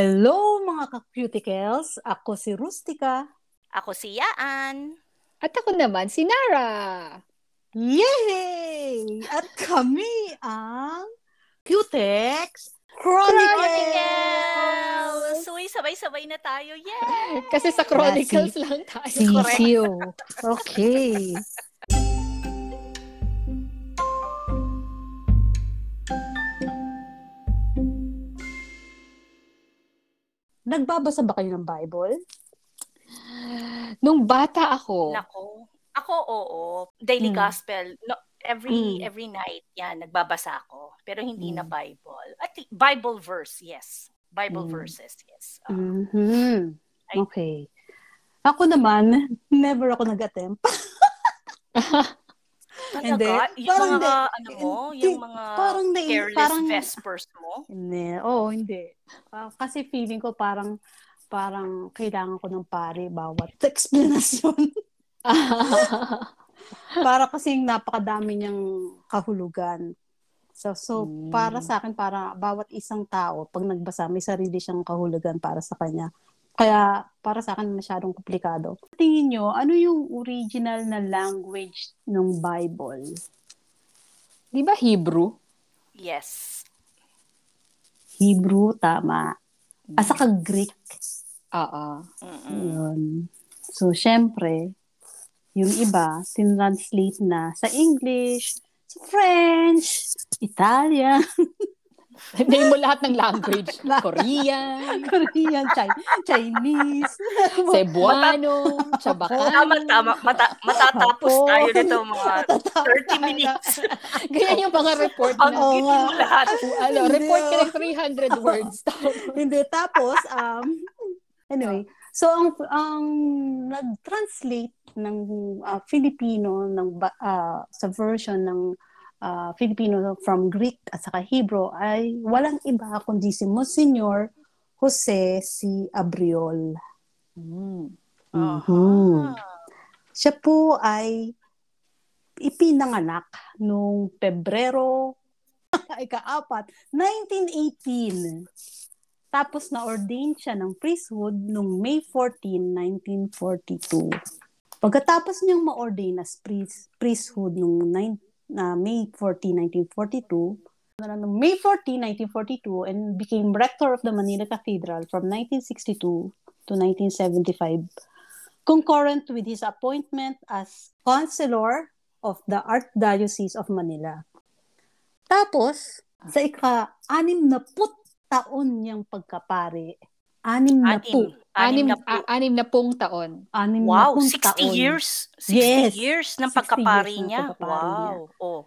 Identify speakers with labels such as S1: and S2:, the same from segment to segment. S1: Hello mga ka-cuticles! Ako si Rustica.
S2: Ako si Yaan.
S3: At ako naman si Nara.
S1: Yay! At kami ang Cutex
S2: Chronicles!
S1: Chronicles!
S2: Uy, sabay-sabay na tayo. Yeah!
S3: Kasi sa Chronicles lang tayo.
S2: Correct.
S1: Sisiyo. Okay. Nagbabasa ba kayo ng Bible?
S3: Nung bata ako,
S2: Nako. Ako, oo. Daily
S1: Mm.
S2: Gospel. No,
S1: Mm.
S2: every every night, yan, nagbabasa ako. Pero hindi
S1: Mm.
S2: na Bible. At Bible verse, yes. Bible
S1: Mm.
S2: verses, yes.
S1: Hmm.
S2: Ah,
S1: Mhm.
S2: Ay.
S1: Okay. Ako naman, never ako nag-attempt. hindi.
S2: Talaga? Yung
S1: Parang
S2: mga,
S1: hindi.
S2: ano mo,
S1: Hindi.
S2: yung mga
S1: parang na
S2: Ah, careless
S1: parang
S2: vespers mo?
S1: Hindi. Oo, hindi. Ah, kasi feeling ko parang parang kailangan ko ng pare bawat explanation. para kasing napakadami niyang kahulugan. So, so
S3: Mm.
S1: para sa akin, para bawat isang tao, pag nagbasa, may sarili siyang kahulugan para sa kanya. Kaya, para sa akin, masyadong komplikado. Tingin nyo, ano yung original na language ng Bible?
S3: di ba Hebrew?
S2: Yes.
S1: Hebrew, tama. Asa ka Greek?
S3: Oo.
S2: Mm-mm.
S1: Yun. So, syempre, yung iba, tinranslate na sa English, sa French, Italian,
S3: Name mo lahat ng language. Korean,
S1: Korean, Chi- Chinese.
S3: Cebuano,
S2: Tama,
S3: Chabacano.
S2: tama. Mata- matatapos
S1: Oo.
S2: tayo nito mga 30
S1: tayo.
S2: minutes.
S3: Ganyan yung mga report
S2: Ang ah.
S3: na.
S1: Oo.
S2: gitin mo lahat.
S3: Ano, report ka ng 300 words.
S1: Hindi, tapos, um, anyway, so ang, ang nag-translate ng ah, Filipino ng, ba- ah, sa version ng ah, Filipino from Greek at saka Hebrew ay walang iba kundi si Monsignor Jose C. Abriol.
S3: Mm.
S1: Mhm. Siya po ay ipinanganak noong Pebrero ika-apat, 1918. Tapos na-ordain siya ng priesthood noong May 14, 1942. Pagkatapos niyang ma-ordain as priest, priesthood noong nine- na May 14, 1942, na- na- May 14, 1942 and became rector of the Manila Cathedral from 1962 to 1975 concurrent with his appointment as Conselor of the Archdiocese of Manila. Tapos, sa ika-anim na put taon niyang pagkapare, anim na po,
S2: Anim. Anim na
S3: Anim,
S2: po.
S3: a- anim na pong taon.
S1: anim na
S2: Wow,
S1: pong
S2: 60
S1: taon.
S2: years. 60
S1: Yes.
S2: years ng
S1: 60
S2: pagkapari
S1: years ng
S2: niya.
S1: pagkapari niya.
S2: wow. Oh.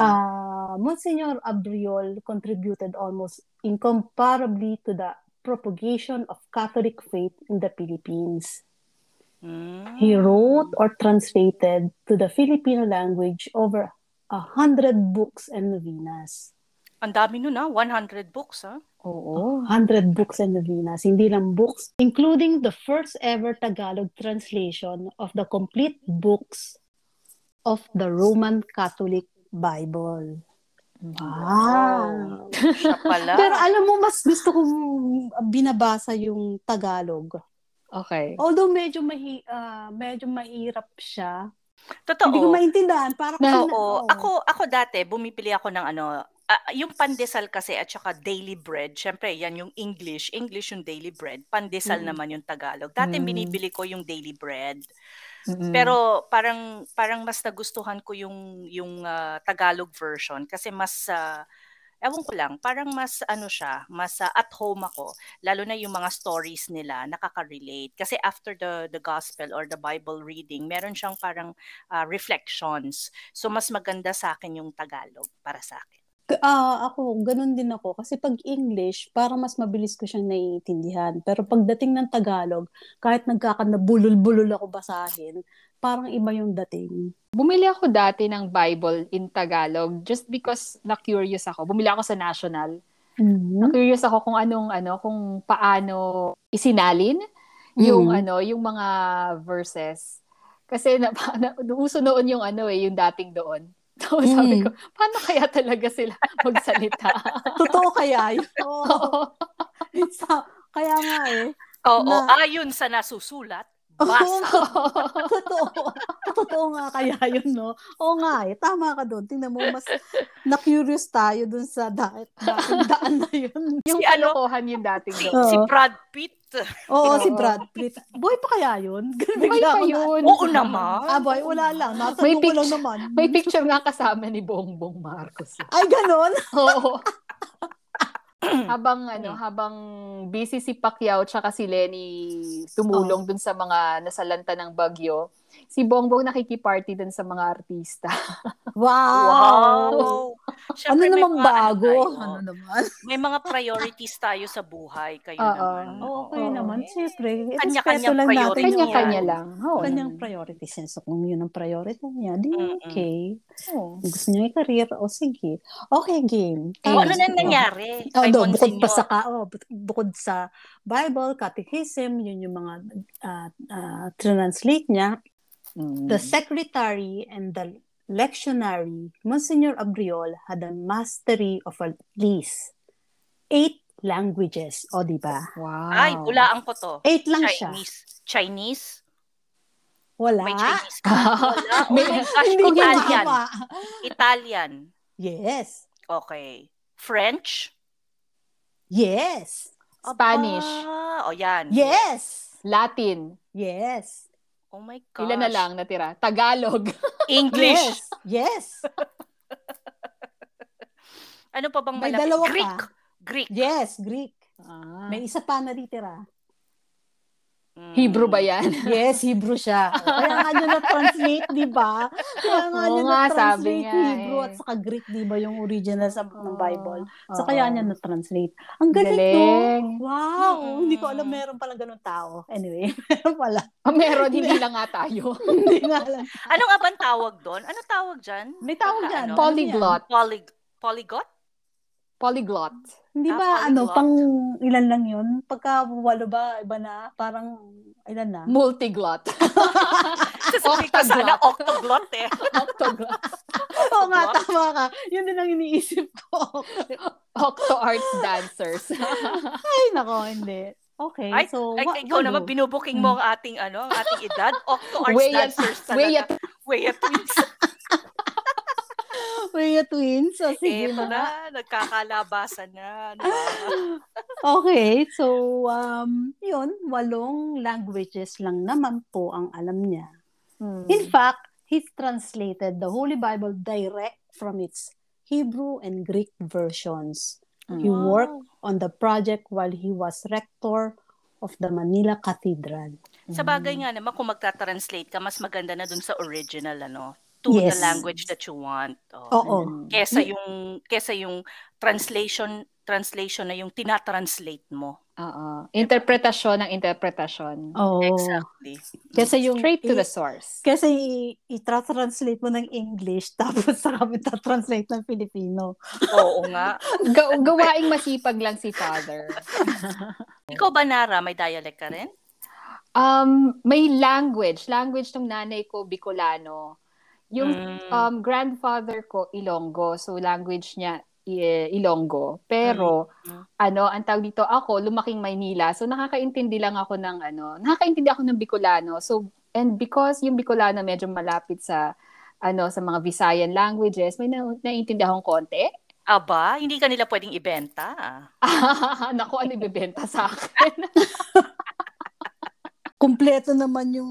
S1: Uh, Monsignor Abriol contributed almost incomparably to the propagation of Catholic faith in the Philippines.
S2: Mm.
S1: He wrote or translated to the Filipino language over a hundred books and novenas.
S2: Ang dami nun ah, 100 books ah.
S3: Oo.
S1: 100 books and novenas, hindi lang books, including the first ever Tagalog translation of the complete books of the Roman Catholic Bible. Ah. Wow!
S2: Siya pala.
S1: Pero ah, alam mo, mas gusto kong binabasa yung Tagalog.
S3: Okay.
S1: Although medyo, mahi, ah, medyo mahirap siya.
S2: Totoo.
S1: Hindi ko maintindihan. Parang ano,
S3: Na-
S2: Oo. Ako, ako dati, bumipili ako ng ano, ah, yung pandesal kasi at saka daily bread, syempre yan yung English, English yung daily bread, pandesal
S1: Mm.
S2: naman yung Tagalog. Dati
S3: Mm.
S2: binibili ko yung daily bread.
S3: Mm-mm.
S2: Oh, Pero parang parang mas nagustuhan ko yung yung ah, Tagalog version kasi mas ah, ewan ko lang, parang mas ano siya, mas ah, at home ako. Lalo na yung mga stories nila, nakaka-relate kasi after the the gospel or the Bible reading, meron siyang parang ah, reflections. So mas maganda sa akin yung Tagalog para sa akin.
S1: Ah, ako, ganun din ako. Kasi pag English, para mas mabilis ko siyang naiintindihan. Pero pagdating ng Tagalog, kahit nagkakandabulol-bulol ako basahin, parang iba yung dating.
S3: Bumili ako dati ng Bible in Tagalog just because na-curious ako. Bumili ako sa National.
S2: Mm-hmm.
S3: Curious ako kung anong ano, kung paano isinalin yung
S1: Mm.
S3: ano, yung mga verses. Kasi na, pa- na, uso noon yung ano eh, yung dating doon. So sabi ko, paano kaya talaga sila magsalita?
S1: Totoo kaya yun? Oo. Sa- Kaya nga eh.
S2: Oo,
S1: Na-
S2: ayon sa nasusulat,
S1: Oo,
S2: basa.
S1: totoo. Totoo nga kaya yun, no? Oo nga eh. Tama ka doon. Tingnan mo, mas na-curious tayo doon sa da- dating daan na yun.
S3: Yung
S2: Si ano?
S3: kalokohan yung dating
S2: Si,
S3: doon.
S1: Oo.
S2: si Brad Pitt.
S1: Oo,
S3: Oo.
S1: si Brad Pitt. Boy pa kaya yun?
S3: Buhay
S1: Bigla
S3: pa
S1: ko na-
S3: yun.
S2: Oo naman.
S1: Ah, boy, wala lang. Natanong ko
S3: May
S1: lang
S3: picture-
S1: naman.
S3: May picture nga kasama ni Bongbong Marcos.
S1: Ay, ganon?
S3: Oo. habang ano, habang busy si Pacquiao tsaka si Lenny tumulong dun sa mga nasalanta ng bagyo, si Bongbong nakikiparty dun sa mga artista.
S1: Wow!
S2: Wow!
S1: Ano
S2: Siyempre, may
S1: namang
S2: mga
S1: bago?
S2: tayo.
S1: Ano naman?
S2: may mga priorities tayo sa buhay. Kayo
S3: Oo.
S2: naman.
S1: Oo, kayo
S3: Oo.
S1: naman. Siyempre,
S2: Kanya-kanyang
S1: respeto lang natin.
S2: priority
S1: yung-
S3: Kanya-kanya lang. Oo.
S1: Kanyang
S3: naman.
S1: priority siya. So, kung yun ang priority niya, di
S2: Mm-mm.
S1: okay.
S3: Oo.
S1: Gusto niya yung career, o sige. Okay, game.
S2: Oh, ano na
S1: Tapos,
S2: nangyari?
S1: Oh,
S2: kay
S1: do, bukod pa
S2: Monsignor?
S1: sa ka, oh, bu- bukod sa Bible, Catechism, yun yung mga ah, ah, translate niya.
S3: Mm.
S1: The secretary and the lectionary, Monsignor Abriol had a mastery of at least eight languages. O, di ba?
S3: Wow.
S2: Ay, hulaan ko to.
S1: Eight lang siya.
S2: Chinese. Chinese?
S1: Wala.
S2: May Chinese ka? Wala. Oh
S3: May-
S2: my gosh,
S1: Hindi niya
S2: Italian.
S1: maawa.
S2: Italian.
S1: Yes.
S2: Okay. French?
S1: Yes.
S3: Spanish,
S2: Aba. O yan.
S1: Yes.
S3: Latin,
S1: Yes.
S2: Oh my gosh.
S3: ilan na lang natira? Tagalog.
S2: English.
S1: Yes. Yes.
S2: Ano pa bang
S1: May
S2: malapit?
S1: dalawa pa.
S2: Greek. Greek.
S1: Yes, Greek.
S3: Ah.
S1: May isa pa natitira.
S2: Mm.
S3: Hebrew ba yan?
S1: Yes, Hebrew siya. O, Kaya nga niya na-translate, di ba? Kaya nga
S3: Oo
S1: niya
S3: nga, sabi
S1: na-translate
S3: niya
S1: Hebrew
S3: eh.
S1: at saka Greek, di ba, yung original sa ng Bible. So,
S3: Oo.
S1: kaya niya na-translate. Ang galing, no?
S3: Galing.
S1: Wow!
S2: Mm.
S1: Hindi ko alam, meron pala ganun tao. Anyway, meron pala.
S3: Ah, meron, hindi lang nga tayo.
S1: Hindi nga alam.
S2: Anong abang Ano tawag doon? Ano tawag dyan?
S1: May tawag dyan.
S2: Ano?
S3: Polyglot.
S2: Poly, polygot?
S3: Polyglot.
S1: Hindi ba,
S2: Ah,
S1: ano,
S2: polyglot.
S1: pang ilan lang yun? Pagka walo ba, iba na? Parang, ilan na?
S3: Multiglot.
S2: Sasabihin ko sana octoglot eh.
S3: Octoglot.
S1: Oo nga, tama ka. Yun din ang iniisip ko.
S3: Octo arts dancers.
S1: Ay, nako, hindi. Okay,
S2: Ay,
S1: so,
S2: Ay,
S1: wa-
S2: ikaw
S1: walo. Hmm.
S2: naman, binubuking mo ang ating, ano, ang ating edad. Octo arts
S3: Weya-
S2: dancers
S3: Way
S2: talaga. Weya twins.
S1: Kuya Twins, so sige
S2: Eto
S1: na. Ah,
S2: na, eh, nagkakalabasan na. Ano ba?
S1: Okay, so, um, yun, walong languages lang naman po ang alam niya.
S3: Hmm.
S2: Hmm.
S1: In fact, he translated the Holy Bible direct from its Hebrew and Greek versions. He
S2: Wow.
S1: worked on the project while he was rector of the Manila Cathedral.
S2: Sa
S3: Hmm.
S1: Hmm.
S2: bagay nga naman, kung magta-translate ka, mas maganda na dun sa original, ano? To the
S1: Yes.
S2: language that you want. Oh.
S1: Oo.
S2: Kesa yung, kesa yung translation, translation na yung tinatranslate mo.
S3: Oo. Interpretasyon ng interpretasyon.
S1: Oo.
S2: Oh. Exactly.
S1: Kasi yung
S3: Oh, Straight to the source.
S1: Kasi i- i-translate mo ng English tapos sa kami translate ng Filipino.
S2: Oo nga.
S3: Ga- gawaing masipag lang si father.
S2: Ikaw ba, Nara, may dialect ka rin?
S3: Um, may language. Language ng nanay ko, Bicolano. Yung
S2: Mm.
S1: ah,
S3: um, grandfather ko, Ilonggo. So, language niya, i- Ilonggo. Pero,
S2: Mm.
S3: ano, ang tawag dito, ako, lumaking Maynila. So, nakakaintindi lang ako ng, ano, nakakaintindi ako ng Bicolano. So, and because yung Bicolano medyo malapit sa, ano, sa mga Visayan languages, may na- naiintindi akong konti.
S2: Aba, hindi ka nila pwedeng ibenta. ah.
S3: Naku, ano ibebenta sa akin?
S1: Kumpleto naman yung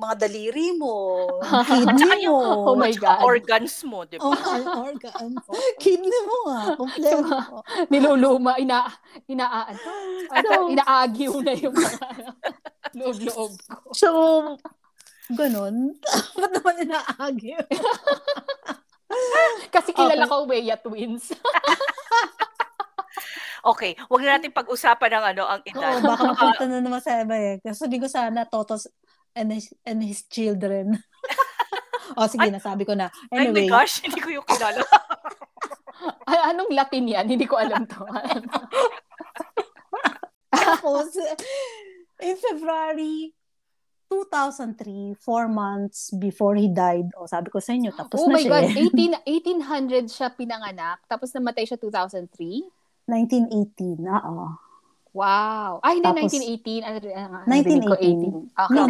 S1: mga daliri mo, kidney mo.
S3: Oh my Oh,
S2: Tsaka
S3: God.
S2: organs mo, di ba?
S1: Oh, ang organs. Kidney mo ah. Kumpleto.
S3: niluluma, ina, ina, ano, ano, inaagiw na yung mga ano, loob-loob ko.
S1: So, ganun. Ba't naman inaagi?
S3: Kasi kilala
S1: Okay.
S3: ko Weya Twins.
S2: Okay, wag na natin pag-usapan ang ano, ang
S1: Oo,
S2: edad.
S1: Oh, baka mapunta na naman sa iba eh. Kasi di ko sana Totos and his, and his children. o sige, nasabi ko na.
S2: Ay, my
S1: Anyway.
S2: gosh, hindi ko yung kilala.
S3: A- Ah, Anong Latin yan? Hindi ko alam to.
S1: Tapos, in February 2003, four months before he died, o sabi ko sa inyo, tapos
S3: oh
S1: na
S3: my
S1: siya.
S3: God,
S1: eh.
S3: 18, 1800 siya pinanganak, tapos namatay siya 2003.
S1: 1918, oo.
S3: Wow. Ay, hindi,
S1: Tapos-
S3: 1918. Ano, ano, ano, narinig ko, 18. Okay,
S1: No,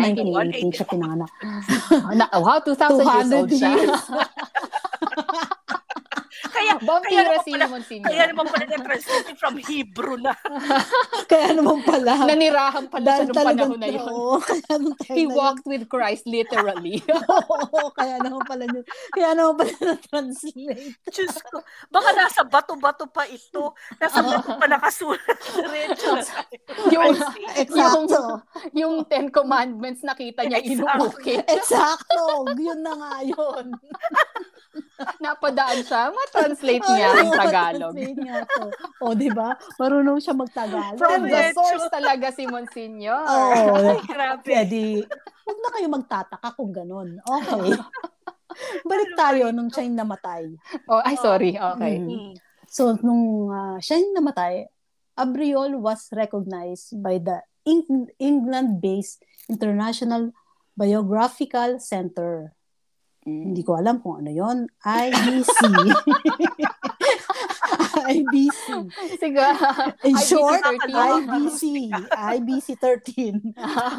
S3: 1918.
S1: 1980 siya pinanganak.
S3: Na, oh, wow, 2,000 years old
S1: 200
S3: siya.
S1: years.
S2: Kaya, kaya
S3: Vampira
S2: naman
S3: si
S2: pala- kaya
S3: Limon Senior.
S2: naman pala na-translate from Hebrew na.
S1: Kaya naman pala.
S3: Nanirahan pala siya
S1: Dahil
S3: nung
S1: talagang,
S3: panahon na yun.
S1: oo, kaya nung time
S3: He
S1: na yun.
S3: walked with Christ, literally.
S1: Oo, kaya naman pala yun. Kaya naman pala na-translate.
S2: Diyos ko. Baka nasa bato-bato pa ito. Nasa bato pa nakasulat. Diretso na tayo.
S3: yung,
S1: Exacto.
S3: yung Ten Commandments nakita niya,
S2: Exactly.
S3: inuukit.
S1: Exacto. Yun na nga yun.
S3: Napadaan siya, matranslate niya ang Tagalog.
S1: Translate niya to. O, di ba? Marunong siya mag-Tagalog.
S3: From the
S2: Diretso.
S3: source talaga si Monsignor.
S1: Oo.
S2: Ay, grabe.
S1: Kaya di, huwag na kayo magtataka kung ganun. Okay. Balik tayo nung siya yung namatay.
S3: Oh, ay, sorry. Okay.
S1: Mm.
S2: Mm.
S1: So, nung ah, siya yung namatay, Abriol was recognized by the Eng- England-based International Biographical Center.
S3: Mm.
S1: Hindi ko alam kung ano yon IBC. IBC.
S3: Sige.
S1: In
S3: IBC
S1: short,
S3: 13.
S1: IBC. IBC 13.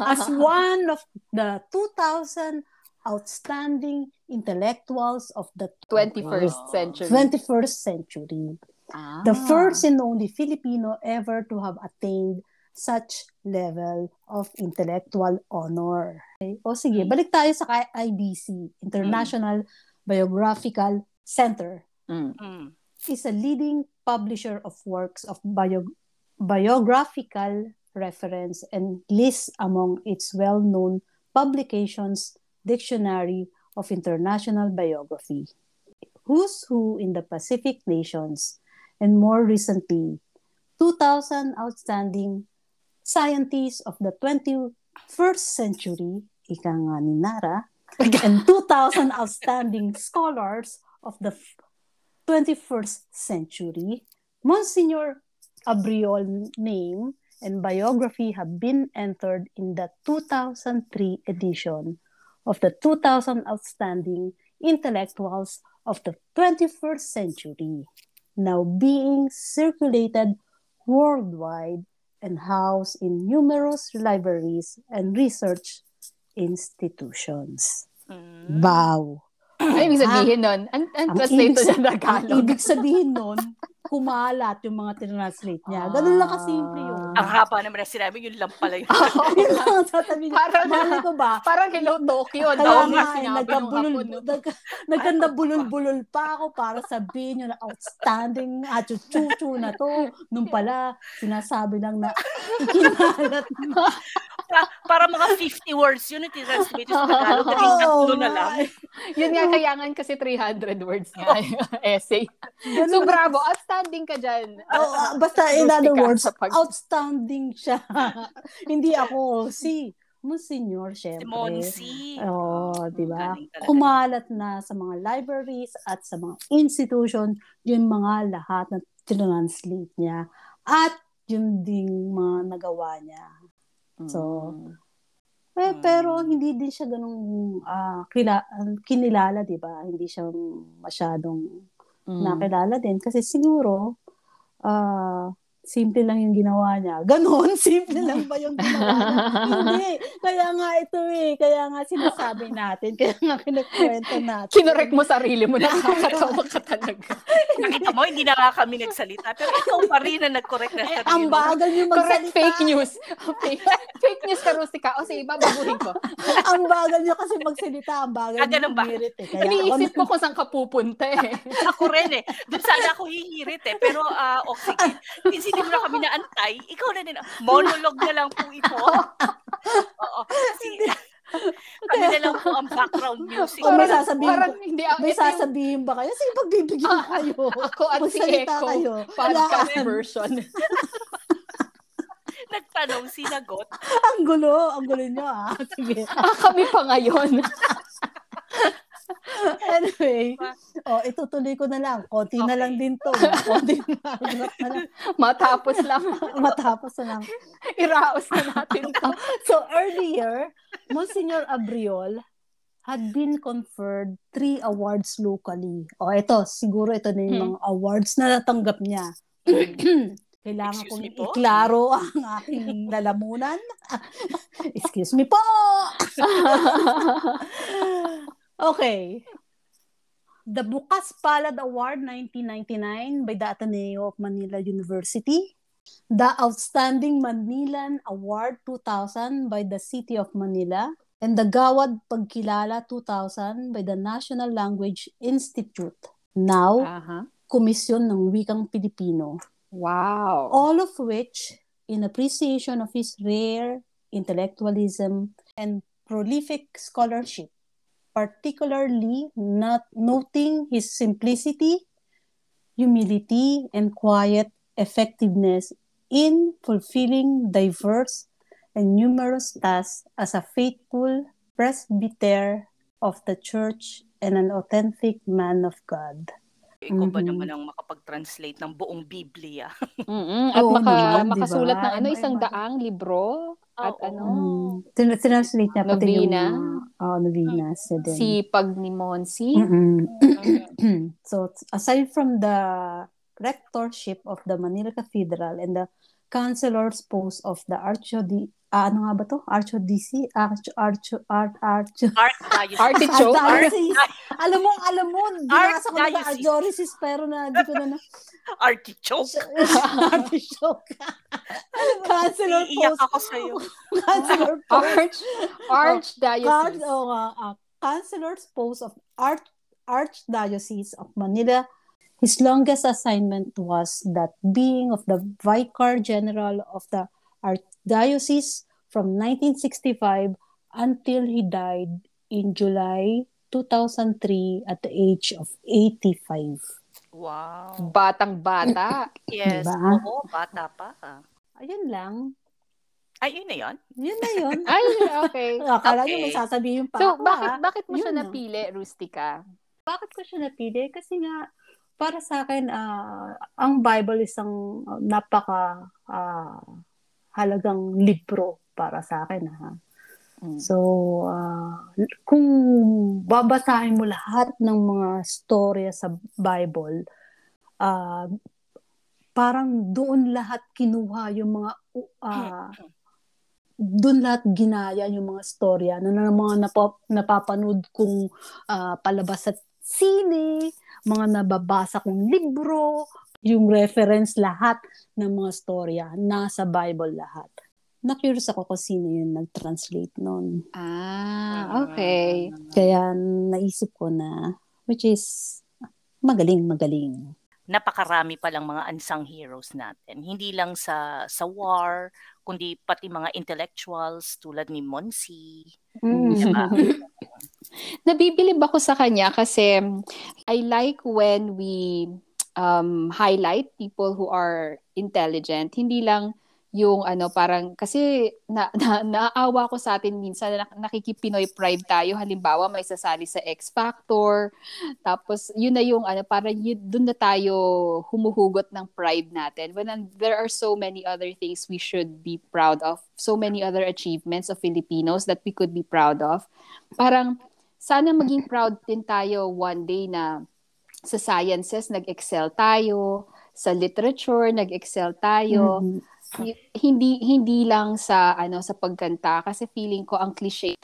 S1: As one of the 2,000 outstanding intellectuals of the
S3: 21st century.
S1: 21st century.
S3: Ah.
S1: the first and only Filipino ever to have attained such level of intellectual honor. Okay? O sige, balik tayo sa kay IBC, International Biographical Center.
S3: Mm.
S2: Mm.
S1: is a leading publisher of works of bio- biographical reference and lists among its well-known publications Dictionary of International Biography, Who's Who in the Pacific Nations, and more recently, 2000 Outstanding Scientists of the 21st Century, ika nga ni Nara, and 2000 Outstanding Scholars of the 21st century, Monsignor Abriol name and biography have been entered in the 2003 edition of the 2000 Outstanding Intellectuals of the 21st Century, now being circulated worldwide and housed in numerous libraries and research institutions.
S2: Mm.
S1: Wow!
S3: Ano ibig sabihin nun? Ang, ang translate
S1: ibig
S3: to ng
S1: sa- Ah. Ang
S3: Tagalog.
S1: ibig sabihin nun, kumalat yung mga tinranslate niya. Ganun lang kasimple yun.
S3: Ah.
S2: Ang haba naman na sinabi, yun lang pala yun.
S1: yun lang ang sasabihin niya.
S3: Parang-
S1: Malay ko ba?
S3: Parang hello Tokyo.
S1: Kaya
S3: daw
S1: nga,
S3: nga
S1: eh,
S3: sinabi nung
S1: nagkabulol,
S3: hapon. no?
S1: nag, nagkandabulol-bulol pa ako para sabihin yun na outstanding achuchuchu na to. Nung pala, sinasabi lang na ikinalat na.
S2: Pa- para mga 50 words yun yung tinranslate sa Tagalog. Kasi
S1: Oo
S2: tatlo na
S1: nga,
S2: lang.
S1: eh.
S3: Yun nga, kayangan kasi 300 words nga essay.
S1: Ganun
S3: So,
S1: lang.
S3: bravo. Outstanding ka dyan.
S1: Oo, ah, basta in
S3: Rustica
S1: other words,
S3: sa pag-
S1: outstanding siya. Hindi ako si Monsignor, syempre.
S2: Si Monsi.
S1: Oo, di ba?
S2: Galing talaga.
S1: Kumalat na sa mga libraries at sa mga institution yung mga lahat na tinranslate niya at yung ding mga nagawa niya. So, Eh,
S2: Mm.
S1: pero hindi din siya ganung ah, kila- kinilala, di ba? Hindi siya masyadong
S2: Hmm.
S1: Hmm.
S3: Mm.
S1: nakilala din kasi siguro ah simple lang yung ginawa niya. Ganon, simple lang ba yung ginawa niya? Hindi. Kaya nga ito eh. Kaya nga sinasabi natin. Kaya nga kinakwento natin.
S3: Kinorek mo sarili mo. Nakakatawa ka talaga.
S2: Nakita mo, hindi na nga kami nagsalita. Pero ikaw pa rin na nag-correct
S1: Eh,
S2: na sarili
S1: ang
S2: mo.
S1: bagal yung
S3: Correct
S1: magsalita.
S3: fake news. Fake, fake news ka, Rustica. O sige, babaguhin ko.
S1: ang bagal niya kasi magsalita. Ang bagal
S2: Ah, ganun ba?
S1: bumirit eh. Kaya
S3: Iniisip
S1: ako-
S3: ko kung saan ka pupunta eh.
S2: Ako rin eh. Doon sana ako hihirit eh. Pero, ah, oh, sige. Since hindi mo na kami naantay, ikaw na din. Monologue na lang po ito. Oo. Sige. Kami na lang po ang background music.
S1: Oh, may
S3: Parang-
S1: sasabihin
S3: parang
S1: ko-
S3: hindi ako.
S1: May
S3: ito yung
S1: sasabihin ba kayo? Sige, pagbibigyan ko kayo.
S3: Ako at si
S1: Magsalita
S3: Echo.
S1: kayo.
S3: Podcast
S1: Ayan.
S3: version.
S2: Nagtanong, sinagot.
S1: Ang gulo. Ang gulo niyo ah. Sige.
S3: Ah, kami pa ngayon.
S1: Anyway, oh, itutuloy ko na lang. Konti na
S2: Okay.
S1: lang din to. Konti na na lang.
S3: Matapos lang.
S1: Matapos na lang.
S3: Iraos na natin to.
S1: So earlier, Monsignor Abriol had been conferred three awards
S2: Hmm.
S1: locally. O oh, ito, siguro ito na yung mga awards na natanggap niya. Kailangan
S2: Excuse
S1: kong
S2: me po?
S1: iklaro ang aking lalamunan. Excuse me po! Okay. The Bukas Palad Award 1999 by the Ateneo of Manila University. The Outstanding Manilan Award 2000 by the City of Manila. And the Gawad Pagkilala 2000 by the National Language Institute. Now,
S3: Aha.
S1: Komisyon ng Wikang Pilipino
S3: Wow.
S1: all of which in appreciation of his rare intellectualism and prolific scholarship, particularly not noting his simplicity, humility, and quiet effectiveness in fulfilling diverse and numerous tasks as a faithful presbyter of the church and an authentic man of God.
S2: Ikaw ba
S1: Mhm.
S2: naman ang makapag-translate ng buong Biblia?
S3: Oh. Mm-mm. At
S1: Oo
S3: maka,
S1: naman, di
S3: makasulat
S1: ba?
S3: ng ano,
S1: Iba-iba.
S3: isang daang libro at
S2: Oo.
S3: ano,
S1: Mm. Tin- Tinranslate niya pati yung
S3: Novena.
S1: mga- oh, novena. Si Din.
S3: sipag ni Monsi.
S1: Mm-mm.
S2: Mhm.
S1: so, t- aside from the rectorship of the Manila Cathedral and the counselor's post of the Archdiocese, ah ano nga ba to? Archdiocese? Arch, arch, arch, arch,
S2: Arc tayo.
S3: Artichoke.
S1: Arch- alam mo, alam mo, binasa ko na ba
S2: Archdiocese.
S1: Archdiocese pero na, di ko na na.
S2: Artichoke.
S1: Archbishop. Counselor
S2: Iiyak
S1: post.
S2: ako sa'yo.
S1: Counselor post.
S3: Arch, arch
S1: Arch,
S3: diocese.
S1: oh, uh, uh, Councilor's post of Arch Archdiocese of Manila. His longest assignment was that being of the Vicar General of the Archdiocese from 1965 until he died in July 2003 at the age of 85.
S2: Wow.
S3: Batang bata.
S2: Yes.
S1: Diba?
S2: Oo, bata pa.
S1: Ayun lang.
S2: Ay, yun na yun.
S1: Yun na yun.
S3: Ay, okay.
S1: Akala niyo may
S2: Okay.
S1: sasabihin pa
S3: So,
S1: ako,
S3: bakit
S1: ah.
S3: bakit mo
S1: Yun
S3: siya
S1: na.
S3: napili, Rustica?
S1: bakit ko siya napili? Kasi nga, para sa akin, ah, ang Bible isang napaka ah, halagang libro para sa akin. Ha?
S3: Mm.
S1: So, ah, kung babasahin mo lahat ng mga storya sa Bible, ah, parang doon lahat kinuha yung mga ah, doon lahat ginaya yung mga storya na, na mga napa, napapanood kong ah, palabas sa sine, mga nababasa kong libro, yung reference lahat ng mga storya nasa Bible lahat. Na-curious ako kung sino yung nag-translate noon.
S3: Ah, okay.
S1: Kaya naisip ko na, which is magaling, magaling.
S2: napakarami palang mga unsung heroes natin. Hindi lang sa sa war, kundi pati mga intellectuals tulad ni Monsi. Diba?
S3: Nabibilib ako sa kanya kasi I like when we um, highlight people who are intelligent. Hindi lang yung ano parang kasi na, na, naawa ko sa atin minsan na nakikipinoy pride tayo halimbawa may sasali sa X Factor tapos yun na yung ano para doon na tayo humuhugot ng pride natin when ang- there are so many other things we should be proud of so many other achievements of Filipinos that we could be proud of parang sana maging proud din tayo one day na sa sciences nag-excel tayo, sa literature nag-excel tayo,
S1: Mhm.
S3: Y- hindi hindi lang sa ano sa pagkanta kasi feeling ko ang cliche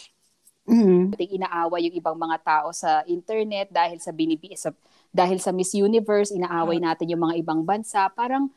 S1: Mhm.
S3: dating inaawa yung ibang mga tao sa internet dahil sa binibi sa- dahil sa Miss Universe inaaway natin yung mga ibang bansa parang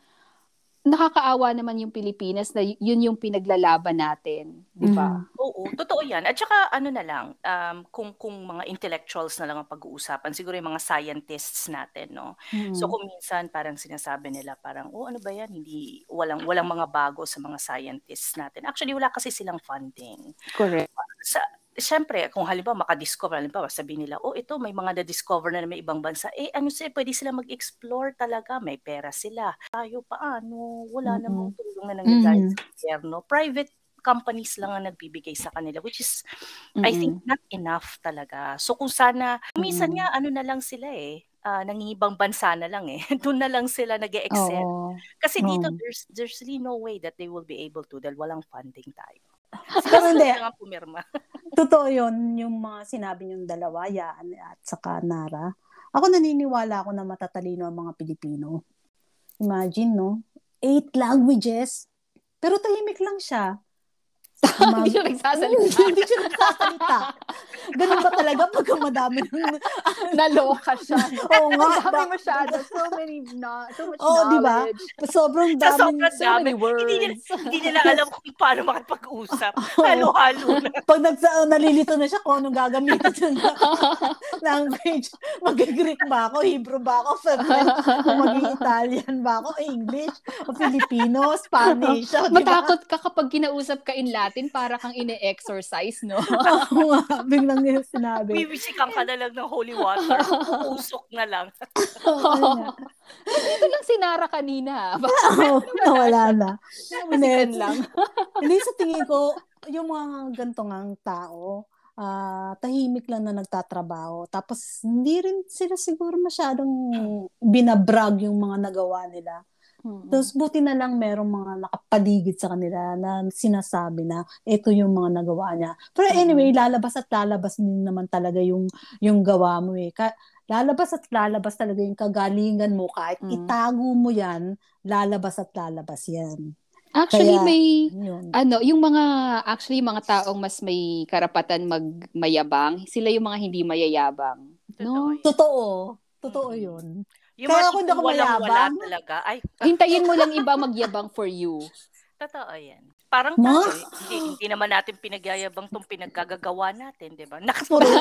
S3: nakakaawa naman yung Pilipinas na y- yun yung pinaglalaban natin di ba
S2: Oo, totoo 'yan. At saka ano na lang, um, kung kung mga intellectuals na lang ang pag-uusapan, siguro yung mga scientists natin, no.
S1: Mhm.
S3: Hmm.
S2: So kung minsan parang sinasabi nila parang, "Oh, ano ba 'yan? Hindi walang walang mga bago sa mga scientists natin." Actually, wala kasi silang funding.
S3: correct
S2: sa Siyempre, kung halimbawa makadiscover, halimbawa sabihin nila, oh ito, may mga na-discover na may ibang bansa, eh ano sila, pwede sila mag-explore talaga, may pera sila. Tayo paano, wala
S1: Mm-mm.
S2: namang tulong na
S1: Mhm.
S2: nangyayari sa gobyerno. Private companies lang ang nagbibigay sa kanila, which is, I
S3: Mm-mm.
S2: think, not enough talaga. So kung sana, minsan
S3: Mm-mm.
S2: nga, ano na lang sila eh, ah, nangingibang bansa na lang eh. Doon na lang sila nag excel
S3: Oo.
S2: Kasi dito,
S1: Oo.
S2: there's, there's really no way that they will be able to dahil walang funding tayo.
S1: Pero hindi,
S2: Kailangan pumirma.
S1: Totoo yun, yung mga sinabi niyong dalawa, Yaan at saka Nara. Ako naniniwala ako na matatalino ang mga Pilipino. Imagine, no? eight languages. Pero tahimik lang siya.
S3: Hindi siya
S1: Hindi,
S3: nagsasalita.
S1: hindi siya nagsasalita. Ganun ba talaga pag madami ng...
S3: Naloka siya.
S1: Oo nga.
S3: Ang dami
S1: ba-
S3: masyado. So many, no, so much
S1: Oo, di ba?
S3: knowledge.
S1: Sobrang
S2: Sa
S1: daming...
S2: sobrang
S3: So
S2: dami.
S3: many words.
S2: Hindi nila, hindi nila alam kung paano makipag-usap. Halo-halo na.
S1: Pag nagsa, oh, nalilito na siya kung anong gagamitin ng language. Mag-Greek ba ako? Hebrew ba ako? French? O mag-Italian ba ako? English? O Filipino? Spanish? O, di ba?
S3: Matakot ka kapag kinausap ka in Latin para kang ine-exercise, no?
S1: Oo nga. Biglang niya sinabi.
S2: Wiwisikan ka na lang ng holy water. Usok na lang.
S1: Oo nga.
S3: Ito lang sinara kanina. Bakit
S1: Oo, nawala na.
S3: Musikan lang.
S1: Hindi, sa tingin ko, yung mga ganito ngang tao, ah, tahimik lang na nagtatrabaho. Tapos, hindi rin sila siguro masyadong binabrag yung mga nagawa nila.
S3: Hmm.
S1: Tapos, buti na lang merong mga nakapaligid sa kanila na sinasabi na ito yung mga nagawa niya. Pero anyway, lalabas at lalabas din naman talaga yung, yung gawa mo eh. Ka- lalabas at lalabas talaga yung kagalingan mo. Kahit
S3: Mm.
S1: itago mo yan, lalabas at lalabas yan.
S3: Actually,
S1: Kaya-
S3: may
S1: Yun.
S3: ano, yung mga actually yung mga taong mas may karapatan magmayabang, sila yung mga hindi mayayabang. No?
S2: Totoo. yun.
S1: Totoo. Totoo
S2: Mm.
S1: yun.
S2: Yung
S1: Kaya
S2: mga
S1: ako hindi ako
S2: tipong walang-wala
S1: mayabang.
S2: talaga. Ay,
S3: Hintayin mo lang iba magyabang for you.
S2: Totoo yan. Parang
S1: Ma?
S2: tayo, eh. hindi, hindi naman natin pinagyayabang itong pinagkagagawa natin, di ba? Nakas-
S1: Puro.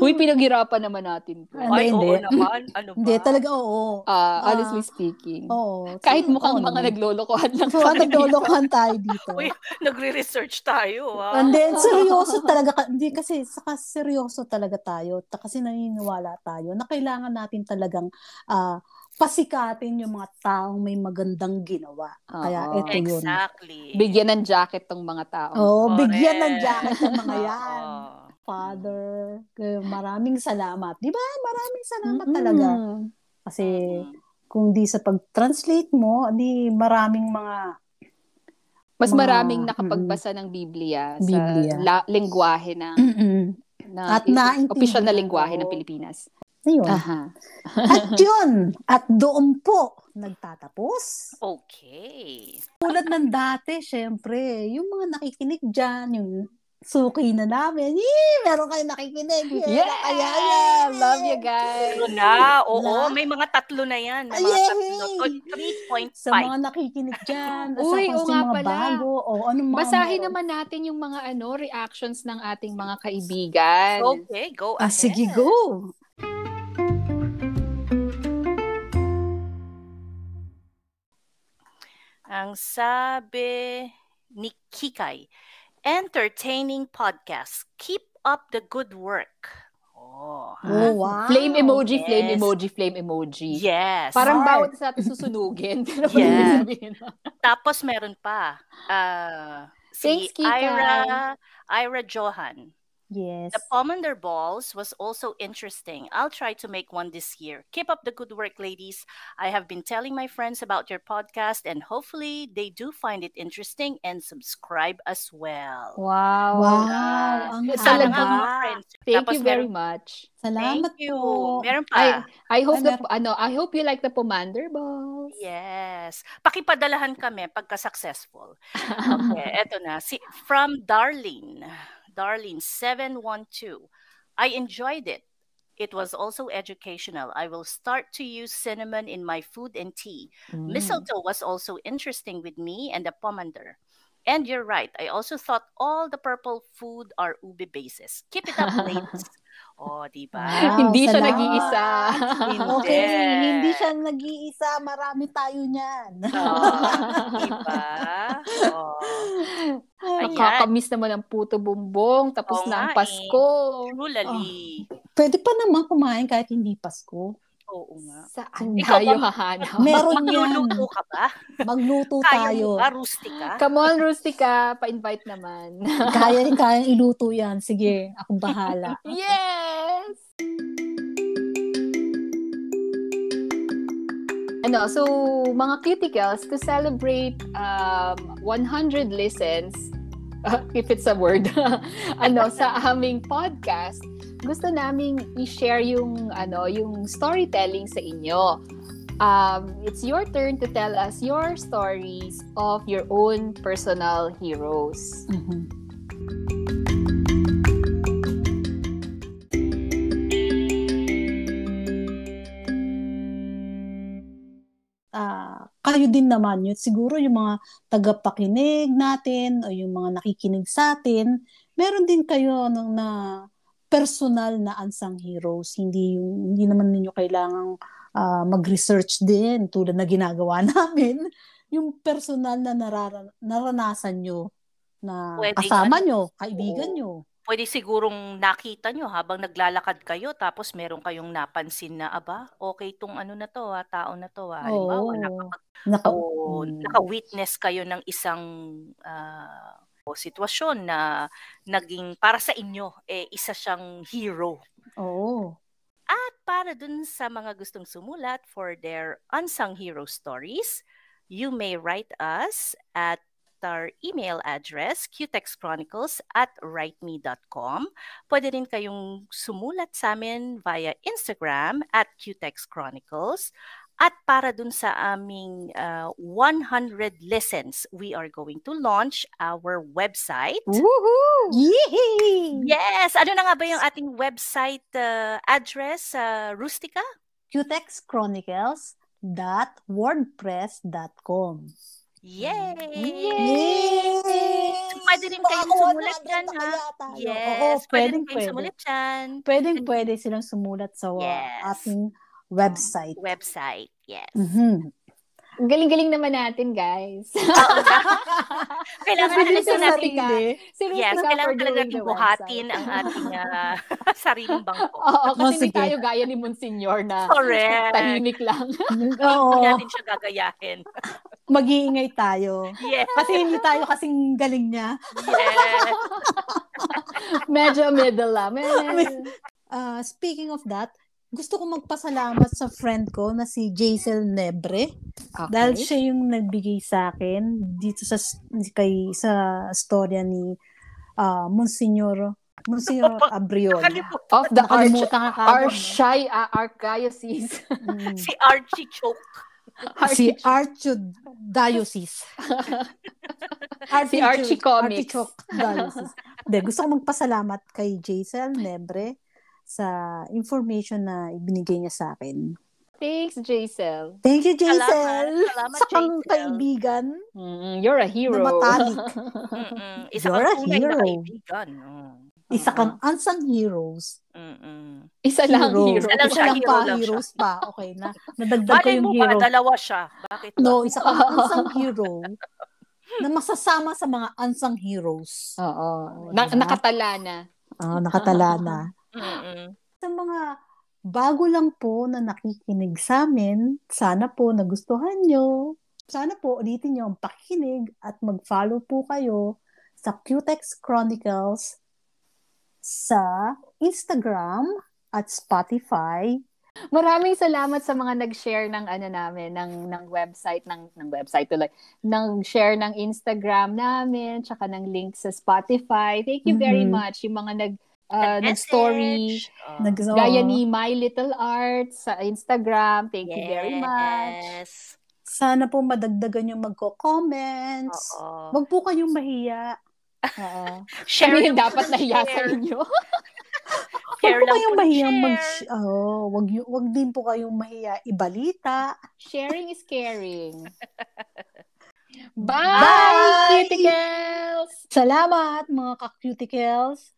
S3: Uy, pinaghirapan naman natin to.
S1: Ano?
S2: Ay,
S1: Hindi,
S2: oo
S1: hindi.
S2: naman. Ano ba?
S1: Hindi, talaga oo.
S3: Ah,
S1: Ah. Oh,
S3: honestly speaking.
S1: Oo.
S3: Kahit mukhang
S1: Oo
S3: mga
S1: naman.
S3: naglolokohan lang
S1: So,
S3: kami.
S1: naglolokohan tayo dito.
S2: Uy, nagre-research tayo. Ah.
S1: And then, seryoso talaga. ka- Hindi kasi, saka seryoso talaga tayo. Ta- Kasi naniniwala tayo na kailangan natin talagang ah, pasikatin yung mga taong may magandang ginawa.
S3: Oo.
S1: Kaya Oh, ito yun.
S2: Exactly.
S3: Bigyan ng jacket tong mga tao.
S1: Oo,
S2: Correct.
S1: bigyan ng jacket ng mga
S2: Oo.
S1: yan. Father, kaya maraming salamat. Di ba? Maraming salamat
S3: Mm-mm.
S1: talaga. Kasi,
S2: Mm-hmm.
S1: kung di sa pag-translate mo, di maraming mga
S3: Mas
S1: Mga-
S3: maraming nakapagbasa ng Biblia,
S1: Biblia.
S3: sa la- lengguwahe ng na,
S1: At naintindihan
S3: official na lengguwahe
S1: ko. Oh.
S3: ng Pilipinas.
S1: Ayun.
S2: Ah.
S3: Aha.
S1: At yun, at doon po nagtatapos.
S2: Okay.
S1: Tulad ng dati, syempre, yung mga nakikinig dyan, yung suki na namin, yee, meron kayo nakikinig. Yee,
S3: Yeah!
S1: na Kaya,
S3: Love you guys!
S2: Ano
S1: Wala.
S2: na? Oo, may mga tatlo na yan. May mga
S1: Ayay!
S2: tatlo. O, 3.5.
S1: Sa mga nakikinig dyan, sa
S3: Uy,
S1: mga-
S3: oo
S1: sa
S3: nga
S1: mga
S3: pala.
S1: bago, o anong mga
S3: Basahin
S1: meron.
S3: naman natin yung mga ano reactions ng ating mga kaibigan.
S2: Okay, Oh, go
S1: Ah,
S2: ahead.
S1: sige, go!
S2: Ang sabi ni Kikay, entertaining podcast. Keep up the good work. Oh.
S1: Oh, wow.
S3: Flame emoji, flame
S2: Yes.
S3: emoji, flame emoji.
S2: Yes.
S3: Parang
S1: Smart.
S3: bawat sa atin susunugin. Pero
S2: Yeah.
S3: yeah. sabihin.
S2: Tapos meron pa. ah, si
S3: Thanks, Kikay.
S2: Ira, Ira Johan.
S1: Yes.
S2: The Pomander Balls was also interesting. I'll try to make one this year. Keep up the good work, ladies. I have been telling my friends about your podcast, and hopefully they do find it interesting and subscribe as well.
S3: Wow.
S1: Wow. Ang
S2: Sana nga
S3: haba.
S2: mga friends.
S3: Thank
S2: Tapos
S3: you very
S2: meron-
S3: much.
S1: Salamat
S2: Thank you.
S1: po.
S2: Meron pa.
S3: I I hope
S1: Ay,
S3: the, ano, I hope you like the pomander balls.
S2: Yes. Pakipadalahan kami pagka successful. Okay, eto na. Si, from Darlene. Darlene 712. I enjoyed it. It was also educational. I will start to use cinnamon in my food and tea.
S3: Mm.
S2: Mistletoe was also interesting with me and the pomander. And you're right. I also thought all the purple food are ube bases. Keep it up, ladies. oh, di ba?
S1: Wow,
S3: Hindi siya
S1: salamat.
S3: nag-iisa.
S1: Okay,
S2: Yes.
S1: hindi siya nag-iisa. Marami tayo niyan.
S2: Oh, di ba? Oh. Ayan.
S3: Nakakamiss naman ang puto bumbong tapos
S2: Oo
S3: na ang
S2: nga eh.
S3: Pasko.
S2: Rulali.
S1: Pwede pa naman kumain kahit hindi Pasko.
S2: Oo nga.
S3: Saan
S2: Ikaw
S3: tayo
S2: ba-
S3: hahanap?
S1: Meron yan.
S2: Magluluto ka ba?
S1: Magluto
S2: Kaya
S1: tayo.
S2: mo ba? Rustica?
S3: Come on, Rustica. Pa-invite naman.
S1: Kaya rin kayang iluto yan. Sige, ako bahala.
S3: Yes! Ano, so mga cuticles, to celebrate um, 100 listens, if it's a word, ano, sa aming podcast, gusto naming i-share yung, ano, yung storytelling sa inyo. um, it's your turn to tell us your stories of your own personal heroes.
S1: Mhm. Ah, kayo din naman yun. Siguro yung mga tagapakinig natin o yung mga nakikinig sa atin, meron din kayo ng na personal na unsung heroes. Hindi, yung, hindi naman ninyo kailangang ah, mag-research din tulad na ginagawa namin. Yung personal na narara- naranasan nyo na
S2: Pwede
S1: kasama
S2: yan.
S1: nyo, kaibigan nyo.
S2: Pwede sigurong nakita nyo habang naglalakad kayo tapos meron kayong napansin na, aba, okay tong ano na to, ah, tao na to. Ah. Halimbawa,
S1: Oo.
S2: nakapag-
S1: Naka-
S2: o
S1: Mm.
S2: naka-witness kayo ng isang ah, o sitwasyon na naging para sa inyo eh isa siyang hero
S1: Oo.
S2: at para dun sa mga gustong sumulat for their unsung hero stories you may write us at our email address qtexchronicles at writeme.com. Pwede rin kayong sumulat sa amin via Instagram at qtexchronicles. At para dun sa aming uh, 100 lessons, we are going to launch our website.
S3: Woohoo!
S1: Yee!
S2: Yes! Ano na nga ba yung ating website uh, address, uh, Rustica?
S1: qtexchronicles.wordpress.com
S2: Yay!
S1: Yay!
S2: So, pwede rin kayong
S1: Baka
S2: sumulat
S1: 100
S2: dyan,
S1: na
S2: ha?
S1: kaya tayo.
S2: Yes,
S1: Oo, pwedeng
S2: pwede, rin kayong
S1: pwede.
S2: sumulat dyan.
S1: Pwedeng pwede silang sumulat sa uh,
S2: Yes.
S1: ating website.
S2: Website, yes.
S1: Mhm.
S3: Ang Galing-galing naman natin, guys.
S2: Kailangan
S3: Sabi
S2: talaga
S3: sa
S2: natin,
S3: sarili. Seriously,
S2: yes,
S3: ka
S2: kailangan
S3: for
S2: talaga
S3: doing
S2: natin
S3: the
S2: buhatin
S3: website.
S2: ang ating ah, sariling bangko.
S3: Oo, kasi
S1: Oh,
S3: hindi
S1: sige.
S3: tayo gaya ni Monsignor na
S2: Correct.
S3: tahimik lang.
S1: Oo,
S2: Hindi natin siya gagayahin.
S1: mag-iingay tayo.
S2: Yes,
S1: Kasi hindi tayo kasing galing niya.
S2: yes.
S3: Medyo middle lang.
S1: Medyo- Uh, speaking of that, gusto ko magpasalamat sa friend ko na si Jaisel Nebre.
S3: Okay.
S1: Dahil siya yung nagbigay sa akin dito sa kay sa storya ni ah, Monsignor Monsignor Abriol.
S2: Nakalimutan
S3: of the arch,
S1: Nakalimutan ka kagad.
S3: Arshai uh, Archdiocese.
S1: Mm.
S2: si Archie Choke.
S1: Si Archdiocese.
S3: Si Archie Comics.
S1: Artichoke Diocese. Hindi, gusto ko magpasalamat kay Jaisel Nebre sa information na ibinigay niya sa akin.
S3: Thanks, Jaisel.
S1: Thank you, Jaisel!
S2: Salamat, salamat,
S1: Sa kang
S2: Jaisel.
S1: kaibigan
S3: Mm, you're a
S1: na
S3: hero.
S1: matalik.
S2: Mm-mm. Isa
S1: You're
S2: kang
S1: a
S2: tunay na
S1: hero.
S2: kaibigan. Mm.
S1: Isa kang unsung heroes.
S2: Mm-mm.
S3: Isa lang
S1: Hero.
S3: hero.
S2: Isa lang siya,
S1: Isa lang
S2: hero
S1: pa,
S2: lang siya.
S1: heroes pa. Okay na. Nadagdag ko
S2: Malay
S1: yung
S2: mo
S1: hero.
S2: ba, dalawa siya. Bakit ba?
S1: No, isa kang unsung hero na masasama sa mga unsung heroes.
S3: Oo.
S1: Oo,
S3: Na-
S1: diba?
S3: nakatala na.
S1: Ah, nakatala na.
S2: Mm-mm.
S1: Sa mga bago lang po na nakikinig sa amin, sana po nagustuhan nyo. Sana po ulitin nyo ang pakikinig at mag-follow po kayo sa Qtex Chronicles sa Instagram at Spotify.
S3: Maraming salamat sa mga nag-share ng ano namin ng ng website ng ng website tuloy ng share ng Instagram namin tsaka ng link sa Spotify. Thank you very
S1: Mhm.
S3: much yung mga nag uh,
S2: Message.
S3: nag-story
S2: Oh.
S1: Nag-
S3: gaya ni My Little Art sa Instagram. Thank you very much.
S2: Yes.
S1: Sana po madagdagan yung magko-comments.
S2: Oo.
S1: Huwag po kayong mahiya.
S3: Oo.
S2: Share lang
S3: Kami Ano yung dapat
S2: po ng
S3: nahiya sa
S2: share.
S3: inyo.
S1: Huwag
S3: Ano
S2: Share
S1: po
S2: lang po
S1: kayong
S2: ng
S1: mahiya mag
S2: share.
S1: oh, wag, yu- wag din po kayong mahiya ibalita.
S3: Sharing is caring.
S1: Bye!
S3: Bye! Cuticles!
S1: Salamat mga ka-cuticles!